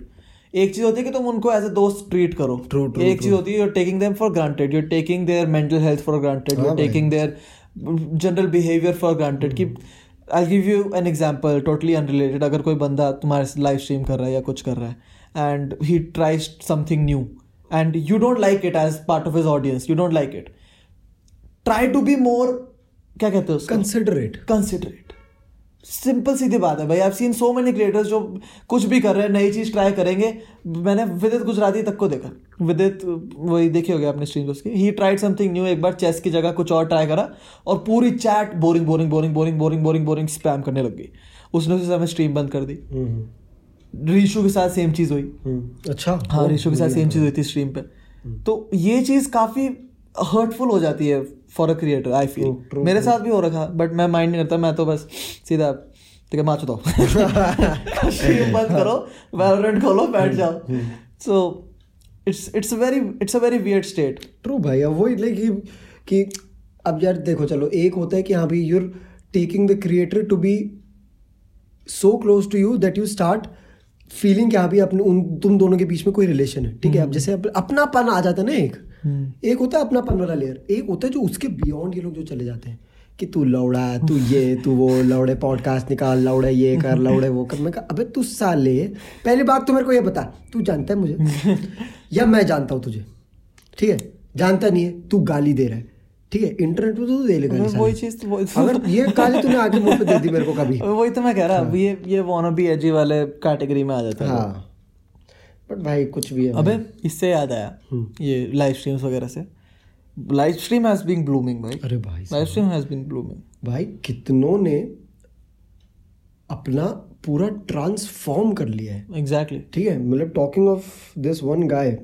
Speaker 1: एक चीज होती है कि तुम उनको एज अ दोस्त ट्रीट करो
Speaker 2: True, true,
Speaker 1: एक चीज होती है you are taking them for granted you are taking their mental health for granted you
Speaker 2: हाँ
Speaker 1: आर
Speaker 2: भाई।
Speaker 1: Taking their general behaviour for granted कि
Speaker 2: hmm.
Speaker 1: I give you an example totally unrelated अगर कोई बंदा तुम्हारे लाइव स्ट्रीम कर रहा है या कुछ कर रहा है and he tries something new and you don't like it as part of his audience you don't like it try to be more क्या कहते हैं उसको
Speaker 2: कंसिडरेट
Speaker 1: कंसिडरेट सिंपल सीधी बात है भाई I seen so many creators जो कुछ भी कर रहे हैं नई चीज ट्राई करेंगे मैंने विदित गुजराती तक को देखा विदित वही देखी होगी आपने स्ट्रीम उसकी ही ट्राइड समथिंग न्यू एक बार चेस की जगह कुछ और ट्राई करा और पूरी chat boring boring boring boring boring boring boring spam करने लग गई उसने उसी समय स्ट्रीम बंद कर दी रीशू के साथ सेम चीज़ हुई
Speaker 2: अच्छा
Speaker 1: हाँ ऋषु के साथ सेम चीज हुई थी स्ट्रीम पे तो ये चीज काफी हर्टफुल हो जाती है for a creator I
Speaker 2: True,
Speaker 1: feel
Speaker 2: true,
Speaker 1: मेरे साथ भी हो रखा बट मैं माइंड नहीं करता मैं तो बस सीधा ठीक है माचो तो स्ट्रीम बंद करो वैलोरेंट खोलो बैठ जाओ so it's it's very it's a very weird state
Speaker 2: true भाई अब वही लाइक कि अब यार देखो चलो एक होता है कि हाँ भाई you're taking the creator to be so close to you that you start feeling कि हाँ भाई अपने उन तुम दोनों के बीच में कोई रिलेशन है ठीक है अब
Speaker 1: हम्म।
Speaker 2: जैसे अप, अपनापन आ जाता है ना एक एक होता है अपनापन वाला लेयर एक होता है जो उसके बियॉन्ड ये लोग जो चले जाते हैं कि तू लौड़ा है, तू ये तू वो लौड़े पॉडकास्ट निकाल लौड़े ये कर लौड़े वो कर मैं कहा अबे तू साले पहली बात तो मेरे को ये बता तू जानता है मुझे या मैं जानता हूँ तुझे ठीक है जानता नहीं है तू गाली दे रहा है ठीक है इंटरनेट पे तो तू दे ले गाली
Speaker 1: अबे
Speaker 2: साले।
Speaker 1: वही चीज़ तो- वही-
Speaker 2: अगर ये गाली तूने आगे मुंह पे दे दी मेरे को कभी
Speaker 1: वही तो मैं कह रहा अब ये ये वॉनो बी एजी वाले कैटेगरी में आ जाता है
Speaker 2: हाँ बट भाई कुछ भी है
Speaker 1: अबे इससे याद आया
Speaker 2: हम्म।
Speaker 1: ये लाइव स्ट्रीम्स वगैरह से live stream has been blooming भाई
Speaker 2: अरे भाई
Speaker 1: live stream has been blooming
Speaker 2: भाई कितनों ने अपना पूरा ट्रांसफॉर्म कर लिया है
Speaker 1: एग्जैक्टली
Speaker 2: ठीक है मतलब talking of this one guy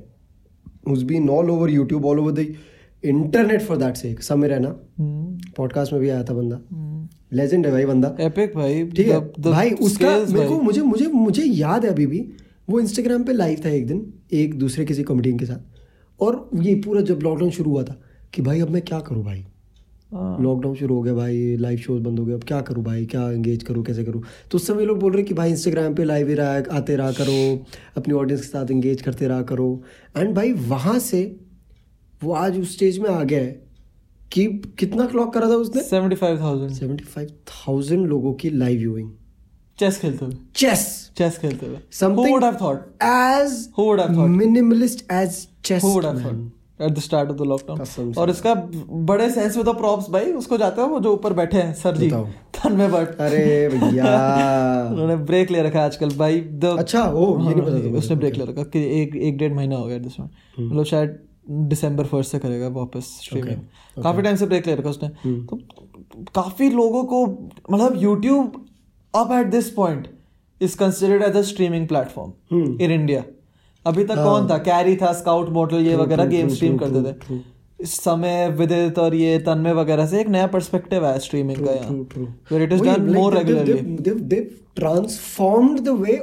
Speaker 2: who's been all over YouTube all over the internet for that sake समय रहना
Speaker 1: Hmm.
Speaker 2: पॉडकास्ट में भी आया था बंदा लेजेंड है भाई बंदा
Speaker 1: एपिक भाई
Speaker 2: ठीक है
Speaker 1: the- the
Speaker 2: भाई उसका
Speaker 1: scales
Speaker 2: मेरे को
Speaker 1: भाई।
Speaker 2: मुझे मुझे मुझे याद है अभी भी वो इंस्टाग्राम पे लाइव था एक दिन एक दूसरे किसी कॉमेडियन के साथ और ये पूरा जब लॉकडाउन शुरू हुआ था कि भाई अब मैं क्या करूँ भाई
Speaker 1: हाँ।
Speaker 2: लॉकडाउन शुरू हो गया भाई लाइव शोज बंद हो गए अब क्या करूँ भाई क्या एंगेज करूँ कैसे करूँ तो उस समय लोग बोल रहे कि भाई इंस्टाग्राम पे लाइव ही रहा आते रहा करो अपनी ऑडियंस के साथ एंगेज करते रहा करो एंड भाई वहाँ से वो आज उस स्टेज में आ गया है कि कितना क्लॉक करा था उसने
Speaker 1: 75,000
Speaker 2: सेवेंटी फाइव थाउजेंड लोगों की लाइव व्यूइंग
Speaker 1: चेस खेलते हुए
Speaker 2: चेस
Speaker 1: चेस खेलते हुए
Speaker 2: Something-
Speaker 1: who would have thought
Speaker 2: as
Speaker 1: who would have thought
Speaker 2: minimalist as chess
Speaker 1: who would have thought at the start of the
Speaker 2: कसम
Speaker 1: लॉकडाउन
Speaker 2: से।
Speaker 1: और इसका बड़े सेंस में तो प्रॉप्स भाई उसको जाते हैं वो जो ऊपर बैठे हैं सर जी
Speaker 2: बताओ।
Speaker 1: तन्मय भट्ट
Speaker 2: अरे भैया
Speaker 1: उन्होंने ब्रेक ले रखा है आजकल भाई द
Speaker 2: अच्छा ओ ये नहीं पता था हम्म।
Speaker 1: उसने ब्रेक ले रखा कि एक एक डेढ़ महीना हो गया दिस मतलब शायद दिसंबर फर्स्ट से करेगा वापस स्ट्रीमिंग काफी टाइम से ब्रेक ले रखा उसने
Speaker 2: हम्म।
Speaker 1: तो काफी लोगों को मतलब यूट्यूब अब at this point is considered as a streaming platform
Speaker 2: Hmm.
Speaker 1: In India अभी
Speaker 2: हाँ।
Speaker 1: तक कौन था कैरी था स्काउट मॉडल ये वगैरह गेम स्ट्रीम करते थे समय विदित और ये तन्मय वगैरह से एक नया पर्सपेक्टिव आया स्ट्रीमिंग का
Speaker 2: True, true.
Speaker 1: यहाँ it is
Speaker 2: Wait,
Speaker 1: done
Speaker 2: like
Speaker 1: more
Speaker 2: they- they-
Speaker 1: regularly
Speaker 2: They've, they've, they've transformed the way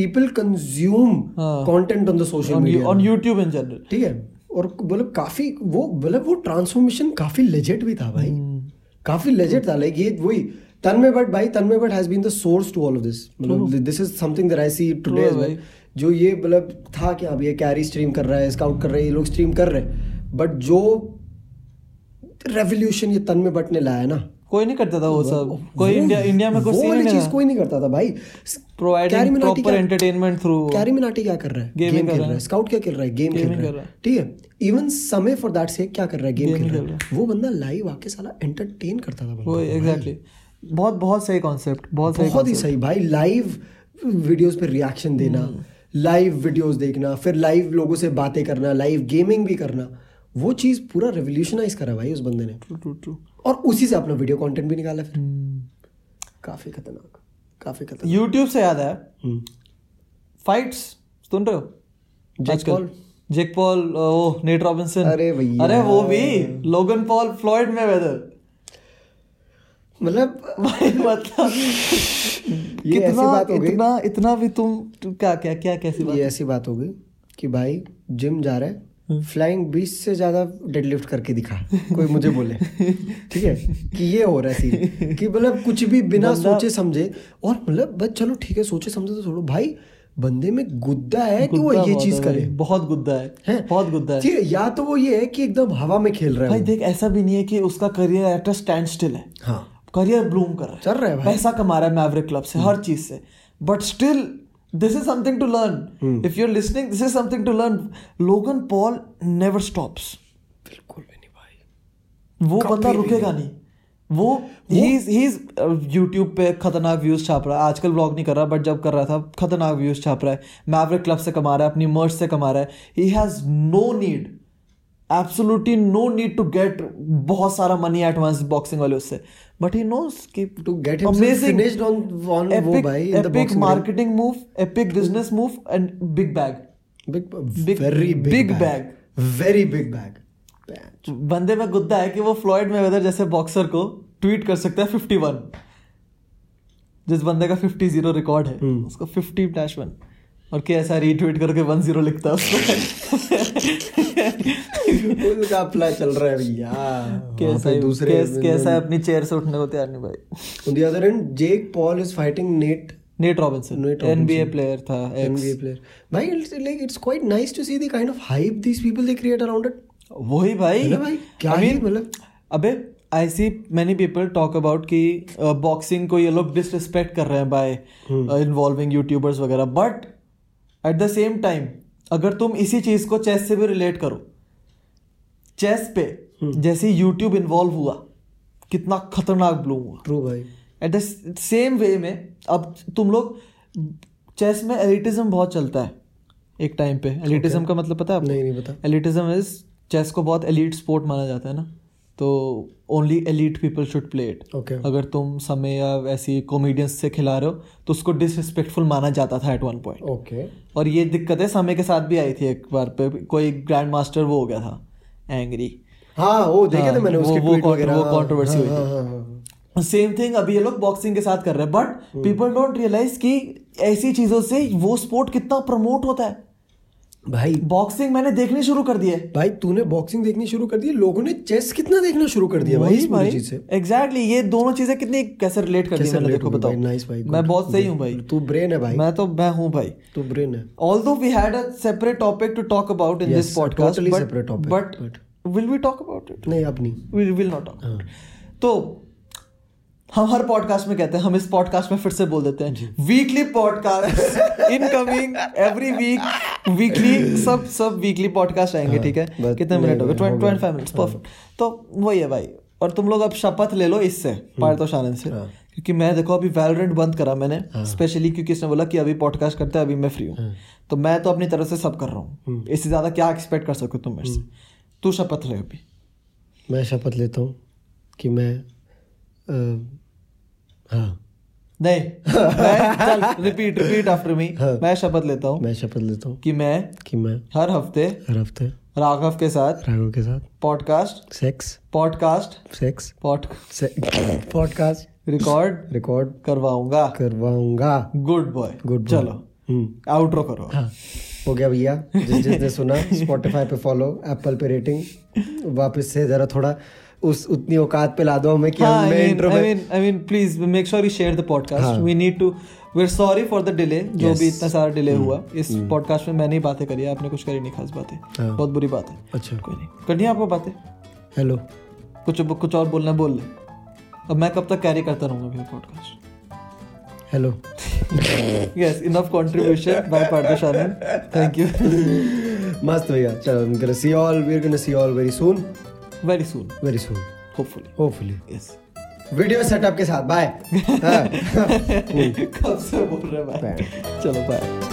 Speaker 2: people consume
Speaker 1: हाँ.
Speaker 2: content on the social media.
Speaker 1: On YouTube in general
Speaker 2: ठीक है और मतलब काफी वो मतलब वो ट्रांसफॉर्मेशन काफी लेजेट भी था भाई
Speaker 1: हम्म।
Speaker 2: काफी लेजेट था लाइक ये वही तन्मय भट्ट भाई Tanmay Bhat has been the source to all of this मतलब this is something that I see today
Speaker 1: True है
Speaker 2: एज
Speaker 1: भाई।
Speaker 2: वेल जो ये मतलब था कि अब ये कैरी स्ट्रीम कर रहा है स्काउट कर रहा है ये लोग स्ट्रीम कर रहे हैं बट जो रेवोल्यूशन ये तन्मय भट्ट ने लाया ना
Speaker 1: कोई नहीं करता था वो सब कोई
Speaker 2: वो-
Speaker 1: इंडिया इंडिया में कोई
Speaker 2: वो
Speaker 1: सीन
Speaker 2: वाली
Speaker 1: नहीं
Speaker 2: चीज
Speaker 1: था
Speaker 2: कोई नहीं करता था भाई कैरी
Speaker 1: प्रोवाइडिंग
Speaker 2: मिनाटी
Speaker 1: प्रॉपर
Speaker 2: क्या-
Speaker 1: एंटरटेनमेंट थ्रू
Speaker 2: कैरी मिनाटी क्या कर रहा है
Speaker 1: Gaming
Speaker 2: गेम
Speaker 1: कर
Speaker 2: खेल
Speaker 1: रहा
Speaker 2: रहा है स्काउट क्या खेल रहा है गेम खेल
Speaker 1: Gaming
Speaker 2: रहा
Speaker 1: कर रहा
Speaker 2: है ठीक है इवन समय फॉर दैट से क्या कर रहा है गेम खेल रहा है वो बंदा लाइव आके साला एंटरटेन करता था
Speaker 1: वो
Speaker 2: बंदा
Speaker 1: एग्जैक्टली बहुत बहुत सही कॉन्सेप्ट बहुत सही
Speaker 2: बहुत ही सही भाई लाइव वीडियोस पे रिएक्शन देना
Speaker 1: हम्म।
Speaker 2: लाइव वीडियोस देखना फिर लाइव लोगों से बातें करना लाइव गेमिंग भी करना वो चीज़ पूरा रेवोल्यूशनाइज करा भाई उस बंदे ने
Speaker 1: ट्रू ट्रू ट्रू
Speaker 2: और उसी से अपना वीडियो कंटेंट भी निकाला फिर काफी खतरनाक काफी खतरनाक
Speaker 1: यूट्यूब Hmm। से याद आया
Speaker 2: हम्म।
Speaker 1: फाइट्स सुन रहे हो
Speaker 2: Jake
Speaker 1: आजकल
Speaker 2: Paul?
Speaker 1: जेक पॉल ओ नेट रॉबिन्सन
Speaker 2: अरे भैया।
Speaker 1: अरे वो भी Logan Paul Floyd Mayweather
Speaker 2: मतलब
Speaker 1: भाई मतलब
Speaker 2: ये ऐसी
Speaker 1: कितना
Speaker 2: बात हो गई।
Speaker 1: इतना इतना भी तुम तुम क्या क्या क्या कैसी बात
Speaker 2: ये ऐसी बात हो गई कि भाई जिम जा रहा
Speaker 1: हम्म।
Speaker 2: है फ्लाइंग बीस से ज्यादा डेडलिफ्ट करके दिखा कोई मुझे बोले ठीक है कि ये हो रहा है सीन कि मतलब कुछ भी बिना
Speaker 1: बंदा-
Speaker 2: सोचे समझे और मतलब बस चलो ठीक है सोचे समझे तो छोड़ो भाई बंदे में गुद्दा है कि वो
Speaker 1: गुद्दा
Speaker 2: ये
Speaker 1: बहुत
Speaker 2: चीज
Speaker 1: है भाई,
Speaker 2: करे
Speaker 1: बहुत गुद्दा है,
Speaker 2: हैं?
Speaker 1: बहुत गुद्दा है
Speaker 2: ठीक है या तो वो ये है कि एकदम हवा में खेल रहा
Speaker 1: भाई
Speaker 2: है वो।
Speaker 1: देख ऐसा भी नहीं है कि उसका career at a standstill है
Speaker 2: हाँ
Speaker 1: करियर ब्लूम कर रहा है
Speaker 2: चल रहा है भाई।
Speaker 1: पैसा कमा रहा है मैवरिक क्लब से हर चीज से but still this is something to
Speaker 2: hmm.
Speaker 1: Learn if you are listening this is something to learn Logan Paul never stops
Speaker 2: बिल्कुल भी नहीं भाई
Speaker 1: वो बंदा रुकेगा नहीं वो ही यूट्यूब पे खतरनाक व्यूज छाप रहा है आजकल व्लॉग नहीं कर रहा बट जब कर रहा था खतरनाक व्यूज छाप रहा है मैवरिक क्लब से कमा रहा है अपनी मर्च से कमा रहा है he has no need absolutely no need to get बहुत सारा मनी एडवांस बॉक्सिंग वाले उससे बट ही नोस कि
Speaker 2: To get himself finished on- on वो भाई in the boxing ring.
Speaker 1: Marketing move epic business move and big bag
Speaker 2: big
Speaker 1: Big-
Speaker 2: very
Speaker 1: big
Speaker 2: big bag
Speaker 1: bag.
Speaker 2: Very big bag
Speaker 1: बंदे में गुद्दा है कि वो फ्लॉयड मेवेदर जैसे बॉक्सर को ट्वीट कर सकता है 51 जिस बंदे का 50 जीरो रिकॉर्ड है
Speaker 2: हम्म।
Speaker 1: उसको 50 डैश वन और के ऐसा रीट्वीट करके 10 लिखता है
Speaker 2: हाँ,
Speaker 1: उसको
Speaker 2: उनका अपना चल रहा है भैया वहाँ
Speaker 1: कैसा
Speaker 2: पे
Speaker 1: है
Speaker 2: दूसरे
Speaker 1: कैस- कैसा है अपनी चेयर से उठने को तैयार नहीं भाई
Speaker 2: On the other end, Jake Paul is fighting Nate.
Speaker 1: Nate Robinson
Speaker 2: Nate Robinson.
Speaker 1: NBA player था ex.
Speaker 2: NBA player. Bhai, it's like it's quite nice to see the kind of hype these people they create around it.
Speaker 1: वही भाई
Speaker 2: मतलब भाई, क्या
Speaker 1: I
Speaker 2: ही
Speaker 1: mean,
Speaker 2: मतलब?
Speaker 1: अबे I see many people talk about कि बॉक्सिंग को ये लोग डिसरिस्पेक्ट कर रहे हैं बाय
Speaker 2: हम्म।
Speaker 1: इन्वॉल्विंग यूट्यूबर्स वगैरह but at the same time अगर तुम इसी चीज को चेस से भी रिलेट करो चेस पे
Speaker 2: हम्म।
Speaker 1: जैसे यूट्यूब इन्वॉल्व हुआ कितना खतरनाक ब्लूम हुआ
Speaker 2: True, bhai.
Speaker 1: At the same way में अब तुम लोग चेस में एलिटिज्म बहुत चलता है एक टाइम पे एलिटिज्म का मतलब पता है आपको
Speaker 2: नहीं, नहीं पता।
Speaker 1: एलिटिज्म इज चेस को बहुत एलिट स्पोर्ट माना जाता है ना तो only elite people should play it
Speaker 2: Okay.
Speaker 1: अगर तुम समय या ऐसी कॉमेडियंस से खिला रहे हो तो उसको डिसरिस्पेक्टफुल माना जाता था एट वन पॉइंट
Speaker 2: Okay.
Speaker 1: और ये दिक्कतें समय के साथ भी आई थी एक बार पे कोई ग्रैंड मास्टर वो हो गया था एंग्री
Speaker 2: हाँ वो देखे
Speaker 1: हाँ,
Speaker 2: थे मैंने
Speaker 1: वो-
Speaker 2: उसके
Speaker 1: वो
Speaker 2: tweet
Speaker 1: contro-
Speaker 2: वगैरह
Speaker 1: वो
Speaker 2: हाँ,
Speaker 1: controversy हुई
Speaker 2: हाँ,
Speaker 1: थी।
Speaker 2: हाँ, हाँ, हाँ।
Speaker 1: सेम थिंग अभी ये लोग बॉक्सिंग के साथ कर रहे हैं
Speaker 2: हम्म।
Speaker 1: बट पीपल डोंट रियलाइज कि ऐसी चीजों से वो स्पोर्ट कितना प्रमोट होता है
Speaker 2: भाई
Speaker 1: बॉक्सिंग मैंने देखनी शुरू कर दी है
Speaker 2: भाई तूने बॉक्सिंग देखनी शुरू कर दी लोगों ने चेस कितना देखना शुरू कर दिया भाई इस पूरी चीज से
Speaker 1: एग्जैक्टली ये दोनों चीजें कितनी कैसे रिलेट कर दी
Speaker 2: कैसे
Speaker 1: मैंने
Speaker 2: relate
Speaker 1: देखो
Speaker 2: होगी
Speaker 1: बताओ
Speaker 2: भाई, nice भाई,
Speaker 1: मैं
Speaker 2: good,
Speaker 1: बहुत सही
Speaker 2: good.
Speaker 1: हूँ भाई
Speaker 2: तू ब्रेन है भाई
Speaker 1: मैं तो मैं हूँ भाई
Speaker 2: तू ब्रेन है
Speaker 1: although we had a separate topic to talk about in
Speaker 2: Yes,
Speaker 1: this podcast
Speaker 2: totally
Speaker 1: but,
Speaker 2: separate topic,
Speaker 1: but,
Speaker 2: but-
Speaker 1: will we talk about it
Speaker 2: नहीं अब नहीं हाँ।
Speaker 1: we will not talk about it तो हम हर पॉडकास्ट में कहते हैं हम इस पॉडकास्ट में फिर से बोल देते हैं weekly podcast incoming every week weekly सब सब वीकली पॉडकास्ट आएंगे ठीक है
Speaker 2: but
Speaker 1: कितने
Speaker 2: नहीं
Speaker 1: मिनट हो गए
Speaker 2: भाई, हाँ, तो हो गया। हाँ।
Speaker 1: ट्वेंटी फाइव मिनट्स परफेक्ट तो वही है भाई और तुम लोग अब शपथ ले लो इससे पार्थोश आनंद से
Speaker 2: हम्म। हाँ।
Speaker 1: क्योंकि मैं देखो अभी वैलोरेंट बंद करा मैंने स्पेशली क्योंकि इसने बोला कि अभी पॉडकास्ट करते हैं अभी मैं फ्री
Speaker 2: हाँ।
Speaker 1: हूँ तो मैं तो अपनी तरफ से सब कर रहा
Speaker 2: हम्म।
Speaker 1: हूँ इससे ज़्यादा क्या एक्सपेक्ट कर सकते हो तुम मेरे से तू शपथ ले अभी
Speaker 2: मैं शपथ लेता हूँ कि मैं अ, हाँ
Speaker 1: नहीं मैं चल रिपीट रिपीट आफ्टर मी मैं शपथ लेता हूँ
Speaker 2: मैं शपथ लेता हूँ
Speaker 1: कि मैं
Speaker 2: कि मैं
Speaker 1: हर हफ्ते
Speaker 2: हर हफ्ते
Speaker 1: राघव के साथ
Speaker 2: राघव के साथ
Speaker 1: podcast
Speaker 2: sex
Speaker 1: podcast
Speaker 2: sex
Speaker 1: pod
Speaker 2: podcast
Speaker 1: record
Speaker 2: record
Speaker 1: करवाऊंगा
Speaker 2: करवाऊंगा
Speaker 1: गुड बॉय
Speaker 2: गुड
Speaker 1: चलो
Speaker 2: हम्म
Speaker 1: आउट्रो करो
Speaker 2: हाँ हो गया भैया जिस जिसने सुना स्पॉटिफाई पे फॉलो एप्पल पे रेटिंग वापस से जरा थोड़ा उस उतनी औकात पे ला दो हमें कि
Speaker 1: हाँ,
Speaker 2: हम मैं इंट्रो में
Speaker 1: please make sure you share the
Speaker 2: हाँ।
Speaker 1: Podcast we need to we are sorry for the delay जो
Speaker 2: Yes. Hmm.
Speaker 1: भी इतना सारा डिले हुआ इस पॉडकास्ट में मैंने ही बातें करी है आपने कुछ करी नहीं खास बातें
Speaker 2: हाँ।
Speaker 1: बहुत बुरी बात है
Speaker 2: अच्छा
Speaker 1: कोई नहीं करनी है आपको बातें
Speaker 2: हेलो
Speaker 1: कुछ कुछ और बोलना है, बोल ले अब मैं कब तक कैरी करता रहूंगा भैया podcast
Speaker 2: hello
Speaker 1: yes enough contribution by Pardesh Anand thank you
Speaker 2: मस्त भैया चलो I'm gonna see you all we're gonna see you all very soon
Speaker 1: very soon
Speaker 2: very soon
Speaker 1: hopefully
Speaker 2: hopefully
Speaker 1: yes
Speaker 2: video setup के साथ बाय
Speaker 1: कब से बोल रहे हैं भाई चलो बाय